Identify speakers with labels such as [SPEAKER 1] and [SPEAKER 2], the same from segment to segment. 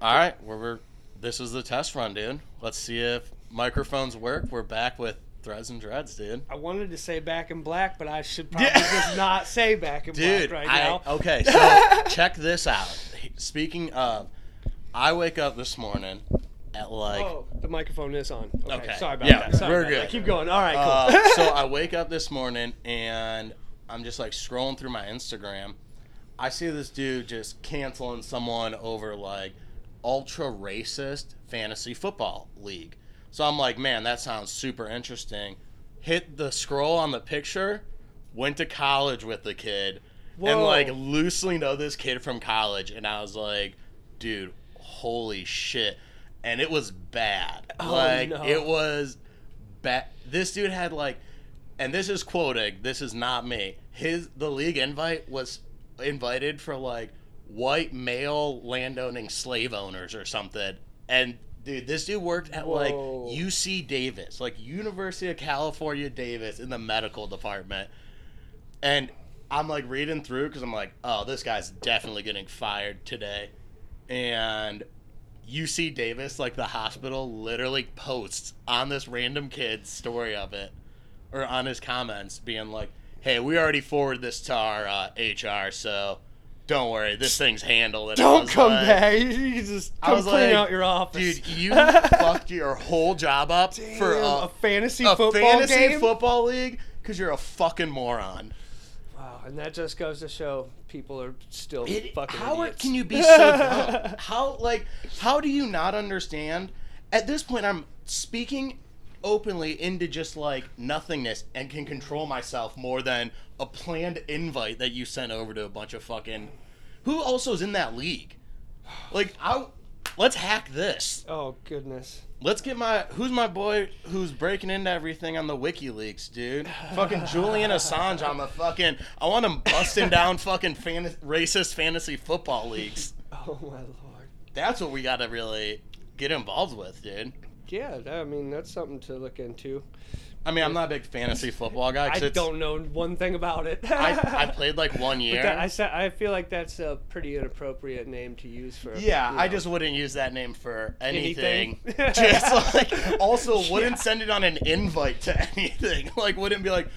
[SPEAKER 1] All right, we're, we're this is the test run, dude. Let's see if microphones work. We're back with threads and dreads, dude.
[SPEAKER 2] I wanted to say back in black, but I should probably
[SPEAKER 1] Yeah.
[SPEAKER 2] just not say back in
[SPEAKER 1] Dude,
[SPEAKER 2] black right
[SPEAKER 1] I,
[SPEAKER 2] now.
[SPEAKER 1] okay, so check this out. Speaking of, I wake up this morning at like
[SPEAKER 2] oh, the microphone is on. Okay,
[SPEAKER 1] Okay.
[SPEAKER 2] sorry about
[SPEAKER 1] Yeah,
[SPEAKER 2] that. Sorry
[SPEAKER 1] we're
[SPEAKER 2] about that.
[SPEAKER 1] good.
[SPEAKER 2] Keep going. All right, cool.
[SPEAKER 1] Uh, so I wake up this morning and I'm just like scrolling through my Instagram. I see this dude just canceling someone over like ultra racist fantasy football league. So I'm like, man, that sounds super interesting. Hit the scroll on the picture, went to college with the kid, and
[SPEAKER 2] Whoa.
[SPEAKER 1] like loosely know this kid from college. And I was like, dude, holy shit. And it was bad.
[SPEAKER 2] Oh,
[SPEAKER 1] like,
[SPEAKER 2] no.
[SPEAKER 1] it was ba- this dude had like and this is quoting this is not me his the league invite was invited for like white male landowning slave owners or something and dude this dude worked at like
[SPEAKER 2] Whoa.
[SPEAKER 1] uc davis like university of california davis in the medical department and i'm like reading through because i'm like oh this guy's definitely getting fired today and UC Davis, like the hospital, literally posts on this random kid's story of it, or on his comments, being like, "Hey, we already forwarded this to our uh, HR, so don't worry, this thing's handled." And I
[SPEAKER 2] Don't
[SPEAKER 1] was
[SPEAKER 2] come
[SPEAKER 1] like,
[SPEAKER 2] back. You- You can just
[SPEAKER 1] I
[SPEAKER 2] come
[SPEAKER 1] was
[SPEAKER 2] clean
[SPEAKER 1] like,
[SPEAKER 2] out your office.
[SPEAKER 1] Dude, you fucked your whole job up for
[SPEAKER 2] Damn,
[SPEAKER 1] a,
[SPEAKER 2] a fantasy
[SPEAKER 1] a
[SPEAKER 2] football
[SPEAKER 1] fantasy
[SPEAKER 2] game.
[SPEAKER 1] football league because you're a fucking moron.
[SPEAKER 2] wow, and that just goes to show people are still
[SPEAKER 1] It,
[SPEAKER 2] fucking
[SPEAKER 1] how
[SPEAKER 2] idiots.
[SPEAKER 1] can you be so dumb? How like how do you not understand? At this point, I'm speaking openly into just like nothingness and can control myself more than a planned invite that you sent over to a bunch of fucking who also is in that league. Like I, let's hack this.
[SPEAKER 2] Oh goodness.
[SPEAKER 1] Let's get my who's my boy who's breaking into everything on the WikiLeaks, dude. Fucking Julian Assange on the fucking. I want him busting down fucking fan, racist fantasy football leagues.
[SPEAKER 2] Oh my lord.
[SPEAKER 1] That's what we gotta really get involved with, dude.
[SPEAKER 2] Yeah, that, I mean that's something to look into.
[SPEAKER 1] I mean, I'm not a big fantasy football guy. 'cause
[SPEAKER 2] I
[SPEAKER 1] it's-
[SPEAKER 2] don't know one thing about it.
[SPEAKER 1] I, I played like one year.
[SPEAKER 2] That- I, sa- I feel like that's a pretty inappropriate name to use for.
[SPEAKER 1] yeah,
[SPEAKER 2] you
[SPEAKER 1] I
[SPEAKER 2] know.
[SPEAKER 1] just wouldn't use that name for anything.
[SPEAKER 2] Anything.
[SPEAKER 1] just like also wouldn't
[SPEAKER 2] Yeah.
[SPEAKER 1] send it on an invite to anything. Like wouldn't be like,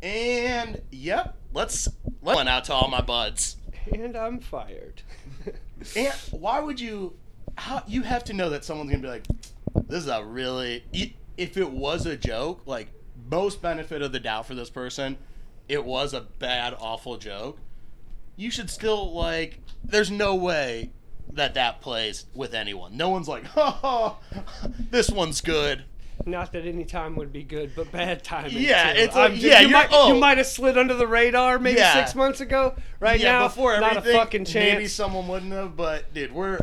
[SPEAKER 1] and yep, let's let one out to all my buds.
[SPEAKER 2] And I'm fired.
[SPEAKER 1] And why would you? How you have to know that someone's gonna be like, this is a really. i- If it was a joke, like most benefit of the doubt for this person, it was a bad, awful joke. You should still like. There's no way that that plays with anyone. No one's like, oh, this one's good.
[SPEAKER 2] Not that any time would be good, but bad timing.
[SPEAKER 1] Yeah,
[SPEAKER 2] too.
[SPEAKER 1] it's
[SPEAKER 2] I'm
[SPEAKER 1] like-
[SPEAKER 2] just-
[SPEAKER 1] yeah,
[SPEAKER 2] you
[SPEAKER 1] you're-
[SPEAKER 2] might
[SPEAKER 1] oh.
[SPEAKER 2] you might have slid under the radar maybe
[SPEAKER 1] Yeah.
[SPEAKER 2] six months ago. Right
[SPEAKER 1] yeah,
[SPEAKER 2] now,
[SPEAKER 1] before
[SPEAKER 2] not
[SPEAKER 1] everything,
[SPEAKER 2] a fucking chance.
[SPEAKER 1] maybe someone wouldn't have. But dude, we're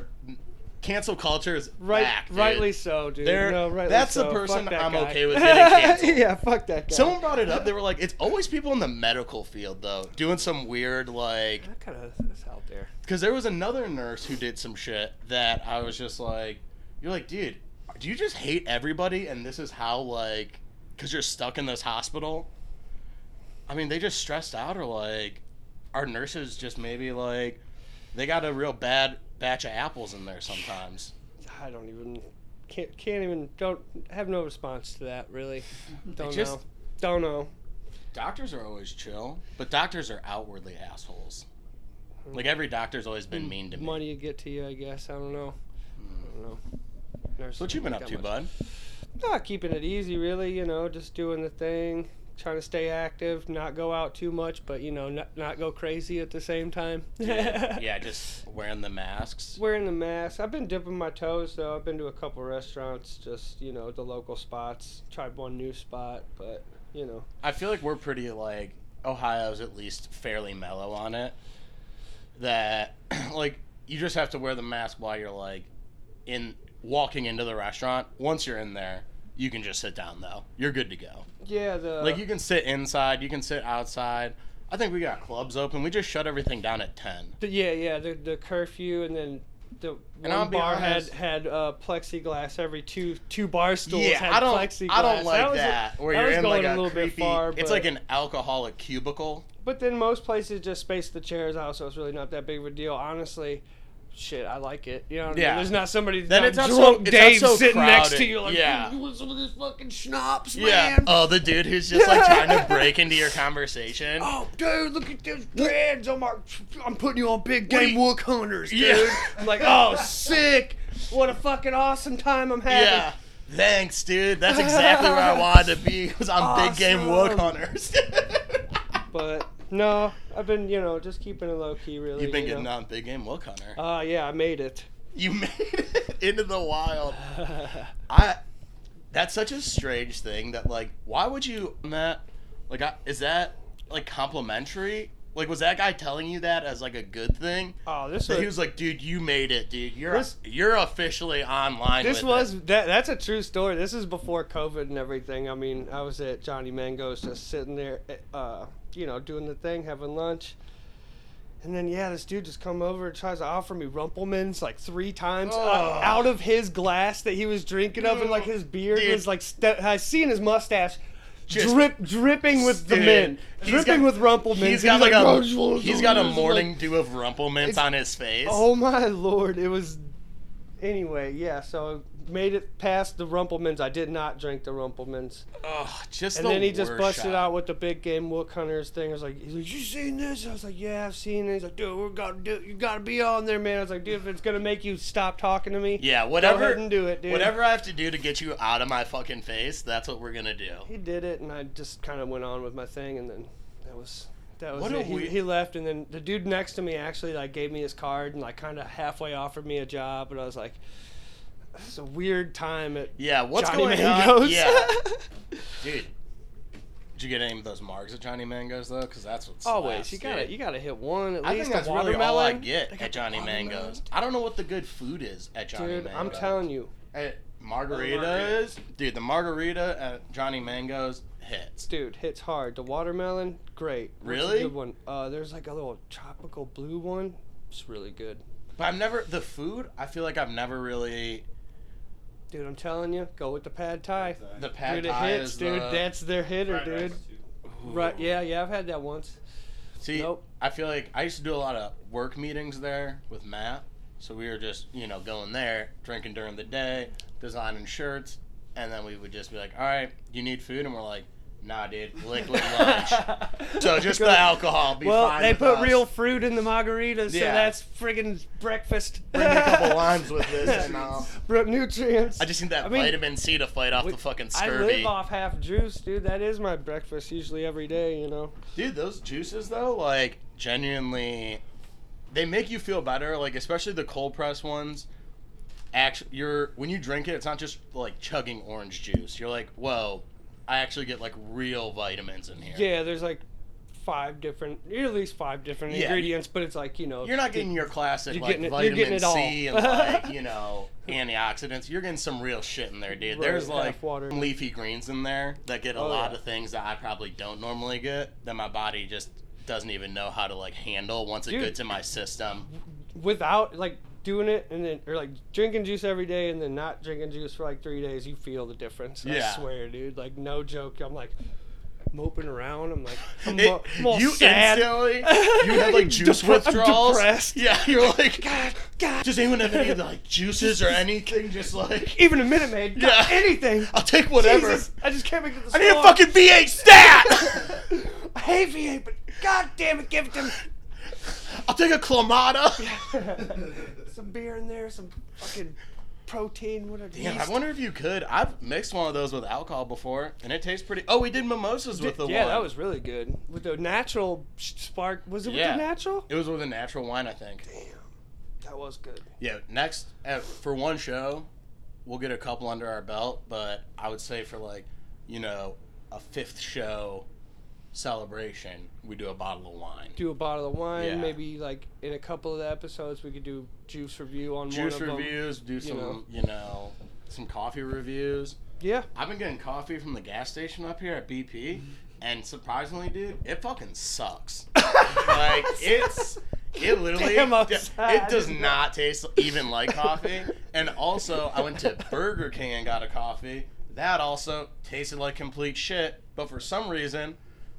[SPEAKER 1] cancel culture is
[SPEAKER 2] right,
[SPEAKER 1] back, dude.
[SPEAKER 2] rightly so, dude.
[SPEAKER 1] There-
[SPEAKER 2] no, rightly
[SPEAKER 1] that's the
[SPEAKER 2] so.
[SPEAKER 1] person
[SPEAKER 2] Fuck that
[SPEAKER 1] I'm
[SPEAKER 2] guy.
[SPEAKER 1] okay with getting canceled.
[SPEAKER 2] yeah, fuck that guy.
[SPEAKER 1] Someone brought it up. They were like, it's always people in the medical field, though, doing some weird, like.
[SPEAKER 2] that kind of is out there.
[SPEAKER 1] Because there was another nurse who did some shit that I was just like, you're like, dude, do you just hate everybody? And this is how, like, because you're stuck in this hospital? I mean, they just stressed out, or like, our nurses just maybe, like, they got a real bad batch of apples in there sometimes.
[SPEAKER 2] I don't even can't can't even don't have no response to that really. Don't
[SPEAKER 1] just-
[SPEAKER 2] know. Don't know.
[SPEAKER 1] Doctors are always chill, but doctors are outwardly assholes. Like, every doctor's always been mean to me. Hmm.
[SPEAKER 2] Money to get to you, I guess. I don't know. I don't know. Nurses
[SPEAKER 1] So what you
[SPEAKER 2] don't
[SPEAKER 1] been up
[SPEAKER 2] make
[SPEAKER 1] to,
[SPEAKER 2] that much.
[SPEAKER 1] bud?
[SPEAKER 2] Not keeping it easy, really. You know, just doing the thing, trying to stay active, not go out too much, but you know, not, not go crazy at the same time.
[SPEAKER 1] Dude, yeah, just wearing the masks.
[SPEAKER 2] Wearing the mask. I've been dipping my toes though. I've been to a couple restaurants, just you know, the local spots. Tried one new spot, but you know,
[SPEAKER 1] I feel like we're pretty like Ohio's at least fairly mellow on it. That like you just have to wear the mask while you're like in walking into the restaurant. Once you're in there, you can just sit down though. You're good to go.
[SPEAKER 2] yeah, the
[SPEAKER 1] Like you can sit inside, you can sit outside. I think we got clubs open. We just shut everything down at ten.
[SPEAKER 2] The- yeah, yeah, the, the curfew and then the one
[SPEAKER 1] I'll be
[SPEAKER 2] bar
[SPEAKER 1] honest-
[SPEAKER 2] had had uh, plexiglass every two two bar stools
[SPEAKER 1] yeah,
[SPEAKER 2] had
[SPEAKER 1] I don't.
[SPEAKER 2] plexiglass.
[SPEAKER 1] I don't like that.
[SPEAKER 2] was a-
[SPEAKER 1] where
[SPEAKER 2] that
[SPEAKER 1] you're
[SPEAKER 2] was
[SPEAKER 1] in
[SPEAKER 2] going
[SPEAKER 1] like a,
[SPEAKER 2] a little bit
[SPEAKER 1] creepy.
[SPEAKER 2] far,
[SPEAKER 1] it's
[SPEAKER 2] but-
[SPEAKER 1] like an alcoholic cubicle.
[SPEAKER 2] But then most places just space the chairs out, so it's really not that big of a deal. Honestly, shit, I like it. You know, what I mean?
[SPEAKER 1] Yeah.
[SPEAKER 2] there's not somebody
[SPEAKER 1] Then
[SPEAKER 2] not
[SPEAKER 1] it's not so-
[SPEAKER 2] drunk
[SPEAKER 1] it's not
[SPEAKER 2] Dave
[SPEAKER 1] so
[SPEAKER 2] sitting next to
[SPEAKER 1] crowded.
[SPEAKER 2] you like,
[SPEAKER 1] Yeah.
[SPEAKER 2] "Ooh, what's with this fucking schnapps,
[SPEAKER 1] Yeah.
[SPEAKER 2] man?
[SPEAKER 1] Oh, the dude who's just like trying to break into your conversation.
[SPEAKER 2] Oh, dude, look at those brands on my. I'm putting you on big
[SPEAKER 1] What
[SPEAKER 2] game
[SPEAKER 1] do you-
[SPEAKER 2] wook hunters, dude.
[SPEAKER 1] Yeah.
[SPEAKER 2] I'm like, oh, sick. What a fucking awesome time I'm having.
[SPEAKER 1] Yeah. Thanks, dude. That's exactly where I wanted to be because I'm big game wook
[SPEAKER 2] Awesome.
[SPEAKER 1] hunters.
[SPEAKER 2] But no, I've been, you know, just keeping it low key, really.
[SPEAKER 1] You've been
[SPEAKER 2] you
[SPEAKER 1] getting
[SPEAKER 2] know.
[SPEAKER 1] on big game wook hunter.
[SPEAKER 2] Uh, yeah, I made it.
[SPEAKER 1] you made it into the wild.
[SPEAKER 2] I
[SPEAKER 1] I. That's such a strange thing that like, why would you Matt? Like, I, is that like complimentary? Like, was that guy telling you that as like a good thing?
[SPEAKER 2] oh, this
[SPEAKER 1] That he
[SPEAKER 2] was
[SPEAKER 1] was like, dude, you made it, dude. You're
[SPEAKER 2] This-
[SPEAKER 1] you're officially online.
[SPEAKER 2] this
[SPEAKER 1] with it."
[SPEAKER 2] was that. That's a true story. This is before COVID and everything. I mean, I was at Johnny Mango's, just sitting there, uh, you know, doing the thing, having lunch. And then yeah, this dude just come over and tries to offer me Rumplemans like three times uh,
[SPEAKER 1] Ugh.
[SPEAKER 2] out of his glass that he was drinking of, and like his beard
[SPEAKER 1] Dude.
[SPEAKER 2] was like st- I seen his mustache
[SPEAKER 1] Just-
[SPEAKER 2] drip dripping with the
[SPEAKER 1] Dude.
[SPEAKER 2] men,
[SPEAKER 1] He's
[SPEAKER 2] dripping
[SPEAKER 1] got-
[SPEAKER 2] with Rumplemans.
[SPEAKER 1] He's
[SPEAKER 2] and
[SPEAKER 1] got like,
[SPEAKER 2] "Oh,
[SPEAKER 1] a
[SPEAKER 2] you wanna
[SPEAKER 1] he's
[SPEAKER 2] do
[SPEAKER 1] got a
[SPEAKER 2] this?" I'm like,
[SPEAKER 1] morning dew of rumplements on his face.
[SPEAKER 2] Oh my lord! It was. Anyway, yeah. So made it past the Rumplemans. I did not drink the Rumplemans,
[SPEAKER 1] Ugh, just
[SPEAKER 2] and
[SPEAKER 1] the
[SPEAKER 2] then he just
[SPEAKER 1] worst
[SPEAKER 2] busted
[SPEAKER 1] shot.
[SPEAKER 2] out with the big game Wook Hunters thing. I was like, he's like, "You seen this?" I was like, "Yeah, I've seen it." He's like, "Dude, we're gonna do. You gotta be on there, man." I was like, "Dude, if it's gonna make you stop talking to me,
[SPEAKER 1] Yeah,
[SPEAKER 2] go
[SPEAKER 1] whatever.
[SPEAKER 2] ahead and do it, dude."
[SPEAKER 1] Whatever I have to do to get you out of my fucking face, that's what we're gonna do.
[SPEAKER 2] He did it, and I just kind of went on with my thing, and then that was that was
[SPEAKER 1] What a
[SPEAKER 2] it. He,
[SPEAKER 1] weird-
[SPEAKER 2] he left, and then the dude next to me actually like gave me his card and like kind of halfway offered me a job, but I was like, "This is a weird time at
[SPEAKER 1] Yeah, what's
[SPEAKER 2] Johnny
[SPEAKER 1] going
[SPEAKER 2] Mango's."
[SPEAKER 1] on? Yeah, dude. Did you get any of those marks at Johnny Mango's though? Because that's what's
[SPEAKER 2] Always, you gotta you gotta hit one at
[SPEAKER 1] I
[SPEAKER 2] least.
[SPEAKER 1] think that's
[SPEAKER 2] a
[SPEAKER 1] really
[SPEAKER 2] watermelon.
[SPEAKER 1] all I get
[SPEAKER 2] got
[SPEAKER 1] at Johnny
[SPEAKER 2] watermelon.
[SPEAKER 1] Mango's. I don't know what the good food is at Johnny
[SPEAKER 2] Dude,
[SPEAKER 1] Mango's.
[SPEAKER 2] I'm telling you,
[SPEAKER 1] At margaritas, dude. The margarita at Johnny Mango's hits.
[SPEAKER 2] dude, hits hard. The watermelon, great. What's a
[SPEAKER 1] Really?
[SPEAKER 2] good one. Uh, there's like a little tropical blue one. It's really good,
[SPEAKER 1] But I've never the food. I feel like I've never really
[SPEAKER 2] dude. I'm telling you, go with the pad thai.
[SPEAKER 1] the pad
[SPEAKER 2] dude, it
[SPEAKER 1] thai
[SPEAKER 2] hits,
[SPEAKER 1] is
[SPEAKER 2] dude.
[SPEAKER 1] the-
[SPEAKER 2] That's their hitter,
[SPEAKER 3] Fried
[SPEAKER 2] dude.
[SPEAKER 3] rice, too.
[SPEAKER 1] Ooh.
[SPEAKER 2] Right? Yeah, yeah. I've had that once.
[SPEAKER 1] See,
[SPEAKER 2] Nope.
[SPEAKER 1] I feel like I used to do a lot of work meetings there with Matt. So we were just, you know, going there, drinking during the day, designing shirts, and then we would just be like, "All right, you need food," and we're like, "Nah, dude, liquid lunch." so just the alcohol. Be
[SPEAKER 2] well,
[SPEAKER 1] fine
[SPEAKER 2] they
[SPEAKER 1] with
[SPEAKER 2] put
[SPEAKER 1] us.
[SPEAKER 2] real fruit in the margaritas, so
[SPEAKER 1] Yeah.
[SPEAKER 2] that's friggin' breakfast.
[SPEAKER 1] Bring me a couple limes with this, and I'll-
[SPEAKER 2] Bro, nutrients.
[SPEAKER 1] I just need that
[SPEAKER 2] I mean,
[SPEAKER 1] vitamin C to fight off
[SPEAKER 2] we-
[SPEAKER 1] the fucking
[SPEAKER 2] I
[SPEAKER 1] scurvy.
[SPEAKER 2] live off half juice, dude. That is my breakfast usually every day, you know.
[SPEAKER 1] Dude, those juices though, like genuinely, they make you feel better. Like especially the cold press ones. Actually, you're when you drink it, it's not just like chugging orange juice. You're like, whoa, I actually get like real vitamins in here.
[SPEAKER 2] Yeah, there's like five different, at least five different
[SPEAKER 1] Yeah.
[SPEAKER 2] ingredients, but it's like you know.
[SPEAKER 1] You're not getting your classic
[SPEAKER 2] You're
[SPEAKER 1] like
[SPEAKER 2] getting it- you're
[SPEAKER 1] vitamin
[SPEAKER 2] getting it all.
[SPEAKER 1] C and like you know antioxidants. You're getting some real shit in there, dude.
[SPEAKER 2] Right,
[SPEAKER 1] There's like
[SPEAKER 2] half water.
[SPEAKER 1] leafy greens in there that get a
[SPEAKER 2] Oh,
[SPEAKER 1] lot
[SPEAKER 2] yeah.
[SPEAKER 1] of things that I probably don't normally get that my body just doesn't even know how to like handle once it
[SPEAKER 2] Dude.
[SPEAKER 1] gets in my system.
[SPEAKER 2] without like doing it and then or like drinking juice every day and then not drinking juice for like three days, you feel the difference.
[SPEAKER 1] Yeah.
[SPEAKER 2] I swear, dude. Like no joke. I'm like moping around. I'm like I'm,
[SPEAKER 1] It-
[SPEAKER 2] all- I'm all
[SPEAKER 1] you
[SPEAKER 2] sad.
[SPEAKER 1] instantly you have like juice
[SPEAKER 2] Depre- I'm
[SPEAKER 1] withdrawals.
[SPEAKER 2] depressed.
[SPEAKER 1] Yeah, you're like,
[SPEAKER 2] God, God.
[SPEAKER 1] does anyone have any like juices or anything? Just like,
[SPEAKER 2] even a minute maid.
[SPEAKER 1] Yeah.
[SPEAKER 2] Yeah. Anything.
[SPEAKER 1] I'll take whatever.
[SPEAKER 2] Jesus, I just can't make it. To the
[SPEAKER 1] I need a
[SPEAKER 2] store.
[SPEAKER 1] fucking V8 stat.
[SPEAKER 2] I hate V8, but god damn it, give it to me.
[SPEAKER 1] I'll take a Clamata.
[SPEAKER 2] some beer in there, some fucking protein, whatever.
[SPEAKER 1] Damn, I wonder if you could. I've mixed one of those with alcohol before, and it tastes pretty. Oh, we did mimosas with the
[SPEAKER 2] yeah,
[SPEAKER 1] one.
[SPEAKER 2] that was really good with the natural sh- spark. Was it
[SPEAKER 1] Yeah.
[SPEAKER 2] with the natural?
[SPEAKER 1] It was with a natural wine, I think.
[SPEAKER 2] That was good.
[SPEAKER 1] Yeah, next uh, for one show, we'll get a couple under our belt, but I would say for like, you know, a fifth show celebration, we do a bottle of wine.
[SPEAKER 2] Do a bottle of wine,
[SPEAKER 1] Yeah.
[SPEAKER 2] maybe like in a couple of the episodes we could do juice review on
[SPEAKER 1] Juice
[SPEAKER 2] one of them.
[SPEAKER 1] reviews, do some,
[SPEAKER 2] know.
[SPEAKER 1] you know, some coffee reviews.
[SPEAKER 2] Yeah,
[SPEAKER 1] I've been getting coffee from the gas station up here at BP, and surprisingly, dude, it fucking sucks. like it's it literally
[SPEAKER 2] Damn, I'm
[SPEAKER 1] it
[SPEAKER 2] sad.
[SPEAKER 1] does not taste even like coffee. And also, I went to Burger King and got a coffee. That also tasted like complete shit. But for some reason,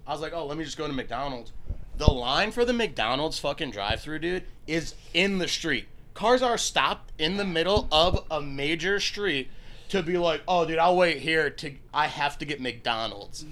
[SPEAKER 1] I was like, oh, let me just go to McDonald's. The line for the McDonald's fucking drive-through, dude, is in the street. cars are stopped in the middle of a major street to be like, oh, dude, I'll wait here to. I have to get McDonald's.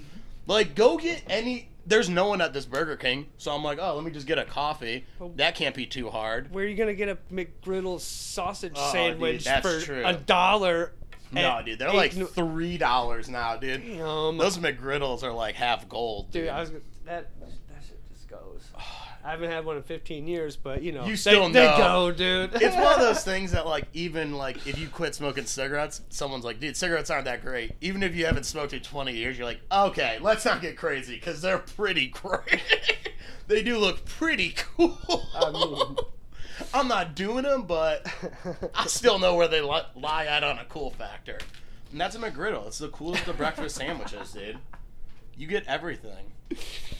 [SPEAKER 1] Like, go get any. There's no one at this Burger King, so I'm like, oh, let me just get a coffee. That can't be too hard.
[SPEAKER 3] Where are you gonna get a McGriddle sausage
[SPEAKER 1] Oh, dude,
[SPEAKER 3] sandwich
[SPEAKER 1] that's
[SPEAKER 3] for
[SPEAKER 1] true.
[SPEAKER 3] a dollar?
[SPEAKER 1] No,
[SPEAKER 3] at
[SPEAKER 1] dude, they're
[SPEAKER 3] eight
[SPEAKER 1] like
[SPEAKER 3] no-
[SPEAKER 1] three dollars now, dude.
[SPEAKER 2] Damn.
[SPEAKER 1] Those McGriddles are like half gold, dude.
[SPEAKER 2] Dude, I was gonna, that that shit just goes. I haven't had one in 15 years, but you know,
[SPEAKER 1] You
[SPEAKER 2] they-
[SPEAKER 1] still
[SPEAKER 2] they,
[SPEAKER 1] know.
[SPEAKER 2] go, dude.
[SPEAKER 1] it's one of those things that like even like if you quit smoking cigarettes, someone's like, dude, cigarettes aren't that great. Even if you haven't smoked in 20 years, you're like, okay, let's not get crazy because they're pretty great. they do look pretty cool.
[SPEAKER 2] I mean-
[SPEAKER 1] I'm not doing them, but I still know where they li- lie at on a cool factor. And that's a McGriddle. It's the coolest of breakfast sandwiches, dude. You get everything,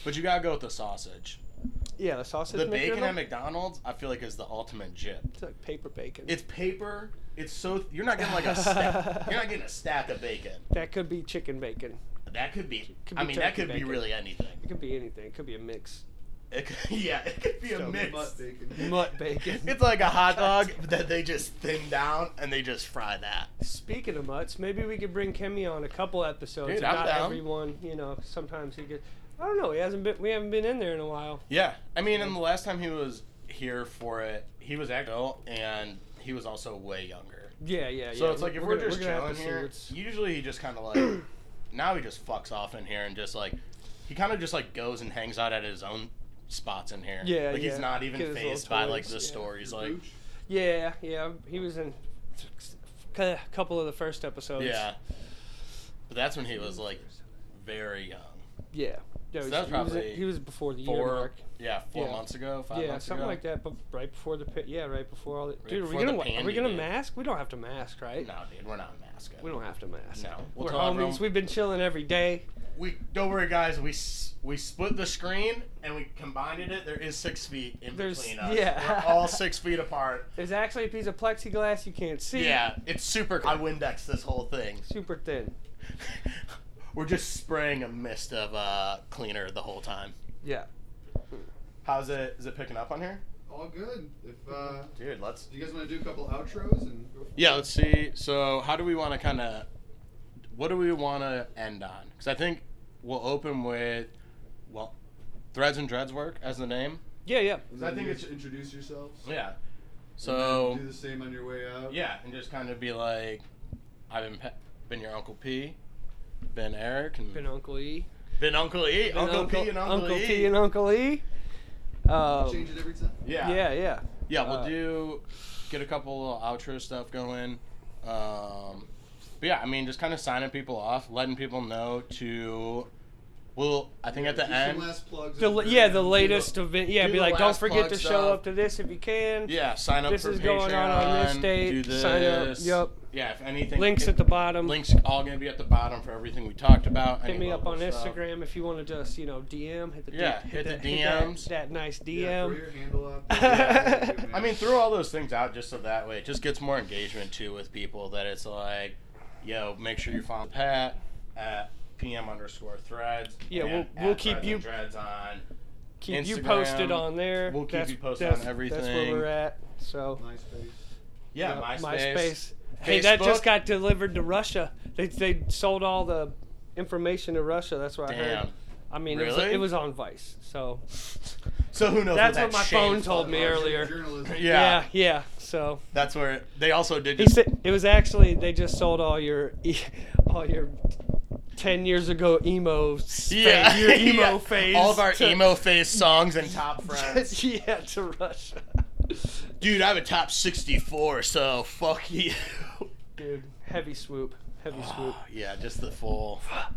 [SPEAKER 1] but you gotta go with the sausage.
[SPEAKER 2] yeah, the sausage.
[SPEAKER 1] The bacon
[SPEAKER 2] McGriddle?
[SPEAKER 1] at McDonald's, I feel like, is the ultimate jip.
[SPEAKER 2] It's like paper bacon.
[SPEAKER 1] It's paper. It's so you're not getting like a stack. you're not getting a stack of bacon.
[SPEAKER 2] that could be chicken bacon.
[SPEAKER 1] That could be.
[SPEAKER 2] Could
[SPEAKER 1] I
[SPEAKER 2] be
[SPEAKER 1] mean, that
[SPEAKER 2] turkey
[SPEAKER 1] could
[SPEAKER 2] bacon.
[SPEAKER 1] be really anything.
[SPEAKER 2] It could be anything. It could be a mix.
[SPEAKER 1] It could, yeah, it could be a
[SPEAKER 4] So
[SPEAKER 1] mix.
[SPEAKER 4] mutt bacon.
[SPEAKER 2] Mutt bacon.
[SPEAKER 1] It's like a hot dog that they just thin down and they just fry that.
[SPEAKER 2] Speaking of mutts, maybe we could bring Kimmy on a couple episodes.
[SPEAKER 1] Dude, I'm
[SPEAKER 2] about
[SPEAKER 1] down.
[SPEAKER 2] everyone, you know, sometimes he gets. I don't know. He hasn't been. We haven't been in there in a while.
[SPEAKER 1] Yeah, I mean, and the last time he was here for it, he was actually and he was also way younger.
[SPEAKER 2] Yeah, yeah, yeah.
[SPEAKER 1] So it's like if we're,
[SPEAKER 2] gonna-
[SPEAKER 1] just
[SPEAKER 2] gonna have
[SPEAKER 1] chilling
[SPEAKER 2] to see
[SPEAKER 1] here,
[SPEAKER 2] what's-
[SPEAKER 1] usually he just kind of like now he just fucks off in here and just like he kind of just like goes and hangs out at his own spots in here.
[SPEAKER 2] Yeah,
[SPEAKER 1] like
[SPEAKER 2] yeah.
[SPEAKER 1] he's not even
[SPEAKER 2] Get his little
[SPEAKER 1] phased by like
[SPEAKER 2] toys,
[SPEAKER 1] the
[SPEAKER 2] yeah.
[SPEAKER 1] stories. Like
[SPEAKER 2] Yeah, yeah. He was in a couple of the first episodes.
[SPEAKER 1] yeah, but that's when he was like very young.
[SPEAKER 2] Yeah. No,
[SPEAKER 1] So
[SPEAKER 2] he-
[SPEAKER 1] that's
[SPEAKER 2] he, was in-
[SPEAKER 1] probably
[SPEAKER 2] he was before the year
[SPEAKER 1] Four
[SPEAKER 2] mark.
[SPEAKER 1] yeah, four
[SPEAKER 2] Yeah.
[SPEAKER 1] months ago, five
[SPEAKER 2] Yeah,
[SPEAKER 1] months
[SPEAKER 2] something
[SPEAKER 1] ago.
[SPEAKER 2] like that. But right before the pit. Yeah, right before all the. dude, are we
[SPEAKER 1] before the
[SPEAKER 2] gonna are we
[SPEAKER 1] pandy,
[SPEAKER 2] gonna
[SPEAKER 1] dude.
[SPEAKER 2] mask? We don't have to mask, right?
[SPEAKER 1] No, dude, we're not masking.
[SPEAKER 2] We don't have to mask.
[SPEAKER 1] No, we'll
[SPEAKER 2] we're
[SPEAKER 1] tell
[SPEAKER 2] homies.
[SPEAKER 1] everyone-
[SPEAKER 2] We've been chilling every day.
[SPEAKER 1] We don't worry, guys. We s- we split the screen and we combined it. There is six feet in
[SPEAKER 2] There's-
[SPEAKER 1] between us.
[SPEAKER 2] yeah.
[SPEAKER 1] we're all six feet apart.
[SPEAKER 2] There's actually a piece of plexiglass you can't see.
[SPEAKER 1] Yeah, it's super. I Windex this whole thing.
[SPEAKER 2] Super thin.
[SPEAKER 1] We're just spraying a mist of uh, cleaner the whole time.
[SPEAKER 2] Yeah.
[SPEAKER 1] How's it? Is it picking up on here?
[SPEAKER 4] All good. If uh,
[SPEAKER 1] Dude, let's.
[SPEAKER 4] do you guys want to do a couple outros and go for
[SPEAKER 1] Yeah, let's see. So, how do we want to kind of? What do we want to end on? Because I think we'll open with, well, threads and dreads work as the name.
[SPEAKER 2] Yeah, yeah.
[SPEAKER 4] it?
[SPEAKER 1] I think
[SPEAKER 4] you
[SPEAKER 1] it's-
[SPEAKER 4] guys introduce yourselves.
[SPEAKER 1] Yeah.
[SPEAKER 4] And
[SPEAKER 1] So.
[SPEAKER 4] then do the same on your way out.
[SPEAKER 1] Yeah, and just kind of be like, I've been pe- been your uncle P, been Eric, and
[SPEAKER 2] Been Uncle E.
[SPEAKER 1] been Uncle E,
[SPEAKER 2] Been
[SPEAKER 1] Uncle, P, and Uncle, E.
[SPEAKER 2] P and Uncle E. Um,
[SPEAKER 4] Change it every time.
[SPEAKER 1] yeah.
[SPEAKER 2] yeah, yeah.
[SPEAKER 1] Yeah, we'll
[SPEAKER 2] Uh,
[SPEAKER 1] do get a couple of outro stuff going. Um, but yeah, I mean, just kind of signing people off, letting people know to. Well, I think at
[SPEAKER 4] Do
[SPEAKER 1] the
[SPEAKER 4] some
[SPEAKER 1] end.
[SPEAKER 4] last plugs
[SPEAKER 2] The,
[SPEAKER 4] at
[SPEAKER 2] la-
[SPEAKER 4] very
[SPEAKER 2] yeah,
[SPEAKER 4] end.
[SPEAKER 2] the
[SPEAKER 4] Do
[SPEAKER 2] latest event. Yeah,
[SPEAKER 1] do
[SPEAKER 2] be
[SPEAKER 1] the
[SPEAKER 2] like, don't
[SPEAKER 1] last
[SPEAKER 2] forget
[SPEAKER 1] plug
[SPEAKER 2] to show
[SPEAKER 1] stuff.
[SPEAKER 2] up to this if you can.
[SPEAKER 1] Yeah, sign up
[SPEAKER 2] This
[SPEAKER 1] for
[SPEAKER 2] is going on on this
[SPEAKER 1] Patreon,
[SPEAKER 2] date,
[SPEAKER 1] Do this.
[SPEAKER 2] sign up, yep.
[SPEAKER 1] Yeah, if anything.
[SPEAKER 2] Links at the bottom.
[SPEAKER 1] Links all going to be at the bottom for everything we talked about.
[SPEAKER 2] Hit
[SPEAKER 1] any
[SPEAKER 2] me up
[SPEAKER 1] local
[SPEAKER 2] on
[SPEAKER 1] stuff.
[SPEAKER 2] Instagram if you want to just, you know, DM. Hit the
[SPEAKER 1] Yeah,
[SPEAKER 2] D-
[SPEAKER 1] hit the
[SPEAKER 2] that- that-
[SPEAKER 1] DMs.
[SPEAKER 2] That, nice DM.
[SPEAKER 4] Yeah, throw your handle up.
[SPEAKER 1] I mean, throw all those things out just so that way it just gets more engagement too with people. That it's like, yo, make sure you follow Pat at PM underscore threads.
[SPEAKER 2] Yeah,
[SPEAKER 1] and
[SPEAKER 2] we'll-
[SPEAKER 1] at
[SPEAKER 2] we'll keep
[SPEAKER 1] Threads and
[SPEAKER 2] you-
[SPEAKER 1] Dreads on.
[SPEAKER 2] keep you
[SPEAKER 1] Instagram.
[SPEAKER 2] posted on there.
[SPEAKER 1] We'll keep you posted
[SPEAKER 2] that's,
[SPEAKER 1] on everything.
[SPEAKER 2] That's where we're at. So
[SPEAKER 4] MySpace.
[SPEAKER 1] Yeah,
[SPEAKER 2] uh,
[SPEAKER 1] MySpace.
[SPEAKER 2] Hey, that just
[SPEAKER 1] Facebook.
[SPEAKER 2] got delivered to Russia. They they sold all the information to Russia. That's what I heard.
[SPEAKER 1] Damn.
[SPEAKER 2] I mean, it, was,
[SPEAKER 1] Really?
[SPEAKER 2] it was on Vice. So
[SPEAKER 1] So who knows?
[SPEAKER 2] that's
[SPEAKER 1] that
[SPEAKER 2] what my
[SPEAKER 1] shame
[SPEAKER 2] phone told
[SPEAKER 1] was.
[SPEAKER 4] Uh,
[SPEAKER 2] me earlier.
[SPEAKER 4] Journalism.
[SPEAKER 1] Yeah.
[SPEAKER 2] Yeah, yeah. So
[SPEAKER 1] That's where they also did.
[SPEAKER 2] he
[SPEAKER 1] just-
[SPEAKER 2] said it was actually they just sold all your e- all your ten years ago emo s-
[SPEAKER 1] yeah,
[SPEAKER 2] phase, your emo
[SPEAKER 1] yeah.
[SPEAKER 2] phase.
[SPEAKER 1] All of our
[SPEAKER 2] to-
[SPEAKER 1] emo phase songs and top friends.
[SPEAKER 2] yeah, to Russia.
[SPEAKER 1] Dude, I'm a top 64, so fuck you.
[SPEAKER 2] Dude, heavy swoop, heavy swoop.
[SPEAKER 1] yeah, just the full.
[SPEAKER 2] All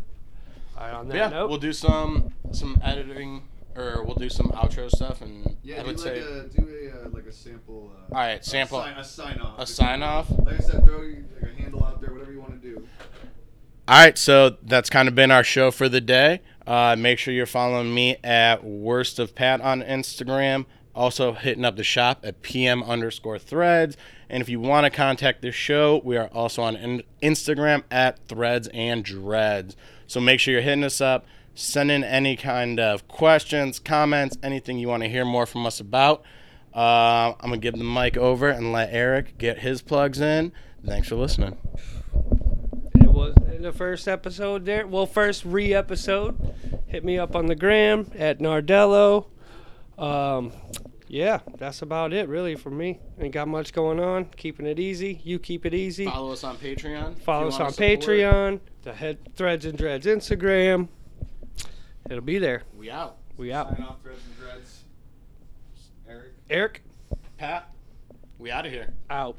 [SPEAKER 2] right, on that
[SPEAKER 1] But yeah,
[SPEAKER 2] note,
[SPEAKER 1] we'll do some some editing or we'll do some outro stuff, and
[SPEAKER 4] Yeah,
[SPEAKER 1] I
[SPEAKER 4] do
[SPEAKER 1] would
[SPEAKER 4] like
[SPEAKER 1] say
[SPEAKER 4] a do a uh, like a sample. Uh,
[SPEAKER 1] All right, sample.
[SPEAKER 4] A sign, a sign off.
[SPEAKER 1] a sign off.
[SPEAKER 4] Like I said, throw like a handle out there, whatever you want to do.
[SPEAKER 1] All right, so that's kind of been our show for the day. Uh, make sure you're following me at Worst of Pat on Instagram. Also hitting up the shop at PM underscore threads. And if you want to contact the show, we are also on in- Instagram at threads and dreads. So make sure you're hitting us up. Send in any kind of questions, comments, anything you want to hear more from us about. Uh, I'm gonna give the mic over and let Eric get his plugs in. Thanks for listening.
[SPEAKER 2] It was in the first episode there. Well, first re episode. Hit me up on the gram at Nardello. Um, yeah, that's about it really for me. Ain't got much going on. Keeping it easy. You keep it easy. Follow,
[SPEAKER 1] Follow us on Patreon. if you
[SPEAKER 2] us
[SPEAKER 1] wanna
[SPEAKER 2] on
[SPEAKER 1] support.
[SPEAKER 2] Patreon, the head Threads and Dreads Instagram. It'll be there.
[SPEAKER 1] We out.
[SPEAKER 2] We out.
[SPEAKER 4] Sign off, Threads and Dreads. Eric.
[SPEAKER 2] Eric,
[SPEAKER 1] Pat, we out of here.
[SPEAKER 2] out.